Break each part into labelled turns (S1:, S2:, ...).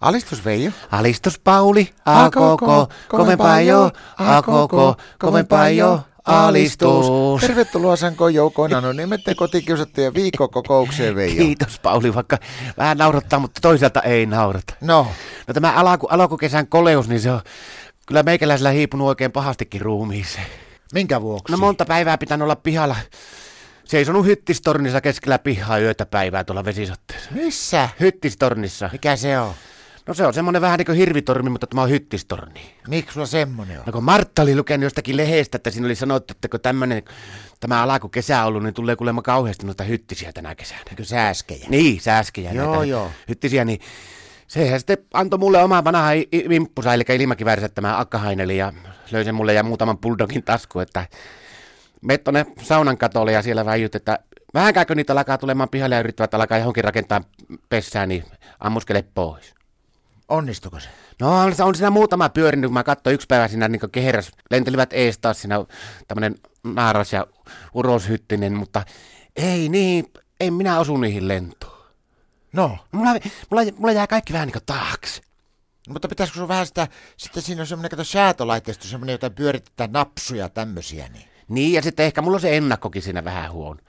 S1: Alistus Veijo.
S2: Alistus Pauli, a koko, kovempaa jo, a koko, kovempaa jo, alistus.
S1: Tervetuloa Sanko Joukoon Anonymette kotikiusattujen viikkokokoukseen Veijo.
S2: Kiitos Pauli, vaikka vähän naurattaa, mutta toisaalta ei naurata.
S1: No,
S2: No tämä alaku, alkukesän koleus, niin se on kyllä meikäläisellä hiipunut oikein pahastikin ruumiiseen.
S1: minkä vuoksi?
S2: No monta päivää pitänyt olla pihalla. Seisonut hyttistornissa keskellä pihaa yötä päivää tuolla vesisotteessa.
S1: Missä?
S2: Hyttistornissa.
S1: Mikä se on?
S2: No se on semmonen vähän niin kuin hirvitorni, mutta tämä on hyttistorni.
S1: Miksi sulla semmonen on? Niin
S2: No kun Martta oli lukenut jostakin lehdestä, että siinä oli sanottu, että kun tämmönen, tämä alaku kesä on ollut, niin tulee kuulemma kauheasti noita hyttisiä tänä kesänä.
S1: Eikö sääskejä?
S2: Niin, sääskejä
S1: Joo,
S2: näitä
S1: joo.
S2: hyttisiä, niin sehän sitten antoi mulle oman vanhan i- i- vimppunsa, eli ilmakiväärinsä tämä akkahaineli, ja löi sen mulle ja muutaman bulldogin tasku, että me tuonne saunan katolle ja siellä väijyt, että vähänkään kun niitä alkaa tulemaan pihalle ja yrittävät alkaa johonkin rakentaa pessää, niin ammuskele pois.
S1: Onnistuko se?
S2: No on, se- on siinä muutama pyörinyt, kun mä katsoin yksi päivä siinä niin keheräs, lentelivät ees taas siinä tämmönen naaras ja uroshyttinen, mutta ei niin, en minä osu niihin lentoon.
S1: No,
S2: Mulla, mulla, mulla jää kaikki vähän niin kuin taakse.
S1: mutta pitäisikö sun vähän sitä, sitten siinä on semmonen, kato säätölaitteisto, semmonen, jota pyöritetään napsuja tämmösiä, niin.
S2: Niin, ja sitten ehkä mulla on se ennakkokin siinä vähän huono.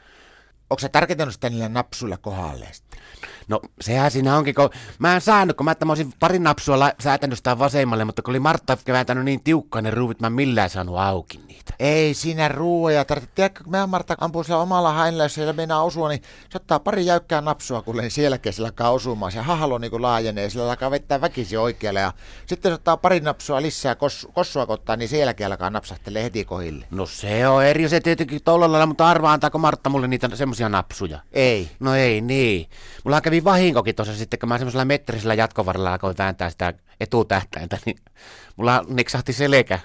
S1: Onko sä tarkentanut sitä niillä napsuilla kohdalleen sitten?
S2: No, sehän siinä onkin, kun mä en saanut, kun mä, että mä olisin pari napsua la- säätänyt sitä vasemmalle, mutta kun oli Martta kevääntänyt niin tiukkaan ne ruuvit, mä en millään saanut auki niitä.
S1: Ei siinä ruoja tarvitse. Tiedätkö, kun mä Martta ampuu siellä omalla hänellä, jos siellä meinaa osua, niin se ottaa pari jäykkää napsua, kun niin sen jälkeen sillä alkaa osumaan. Se hahalo niin laajenee, sillä alkaa vettää väkisin oikealle. Ja sitten se ottaa pari napsua lisää, kos, kossua kun ottaa, niin sen jälkeen alkaa napsahtelee heti kohille.
S2: No se on eri, se tietenkin tolla lailla, mutta arvaa antaako Martta mulle niitä semmosia napsuja.
S1: Ei.
S2: No ei niin. Mulla kävi vahinkokin tuossa sitten, kun mä semmoisella metrisellä jatkovarrella alkoin vääntää sitä etutähtäintä, niin mulla niksahti selkä.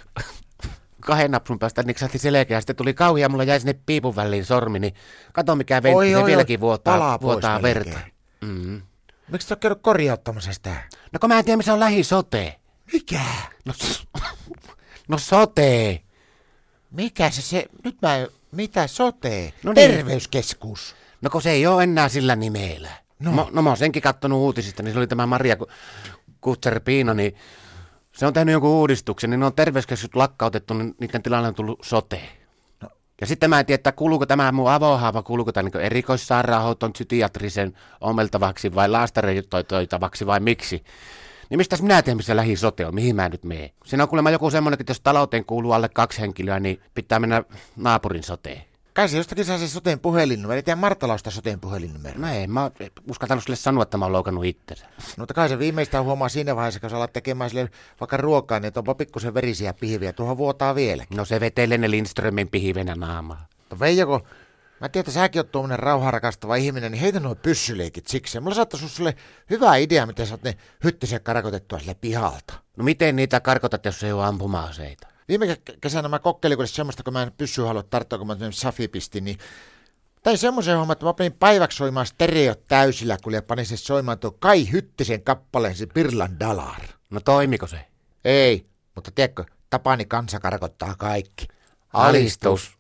S2: Kahden napsun päästä niksahti selkä ja sitten tuli kauhia ja mulla jäi sinne piipun väliin sormi, niin kato mikä ventti,
S1: Oi,
S2: se
S1: oi,
S2: vieläkin
S1: oi,
S2: vuotaa,
S1: palaa pois
S2: vuotaa
S1: melkein.
S2: verta. Mm.
S1: Miksi sä oot käynyt korjauttamassa sitä?
S2: No kun mä en tiedä, missä on lähisote.
S1: Mikä?
S2: No, s- no sote.
S1: Mikä se se? Nyt mä en... Mitä sote?
S2: No niin.
S1: Terveyskeskus.
S2: No kun se ei ole enää sillä nimellä.
S1: No.
S2: No, mä, no mä oon senkin kattonut uutisista, niin se oli tämä Maria Ku- Kutserpiino, niin se on tehnyt jonkun uudistuksen, niin ne on terveyskeskukset lakkautettu, niin niiden tilalle on tullut sote. Ja sitten mä en tiedä, että kuuluuko tämä mun avohaava, kuuluuko tämä niin erikoissairaanhoitoon, psykiatrisen omeltavaksi vai laastareitoitavaksi vai miksi. Niin mistäs minä teen, missä lähi sote on, mihin mä nyt meen? Siinä on kuulemma joku semmoinen, että jos talouteen kuuluu alle kaksi henkilöä, niin pitää mennä naapurin soteen.
S1: Kai se jostakin saa se soteen puhelinnumero. Ei tiedä Marttalausta soteen puhelinnumero.
S2: No ei, mä oon uskaltanut sille sanoa, että mä oon loukannut itsensä.
S1: No mutta kai se viimeistään huomaa siinä vaiheessa, kun sä alat tekemään sille vaikka ruokaa, niin että onpa pikkusen verisiä pihviä. Tuohon vuotaa vieläkin.
S2: No se vetelee ne Lindströmin pihivenä naamaa.
S1: Mutta No, Veijo, kun mä tiedän, että säkin oot tuommoinen rauhaa rakastava ihminen, niin heitä nuo pyssyleikit siksi. Mulla saattaisi olla sulle hyvä idea, miten sä oot ne hyttiset karkotettua sille pihalta.
S2: No miten niitä karkotat, jos ei ole ampuma-aseita?
S1: Viime ke- kesänä mä kokkeilin kun semmoista, kun mä en pyssy halua tarttua, kun mä esimerkiksi Safi pistin, niin tai semmoisen homman, että mä panin päiväksi soimaan stereot täysillä, kun panin se soimaan tuon Kai Hyttisen kappaleen, se Pirlan Dalar.
S2: No toimiko se?
S1: Ei, mutta tiedätkö, Tapani kansa karkottaa kaikki.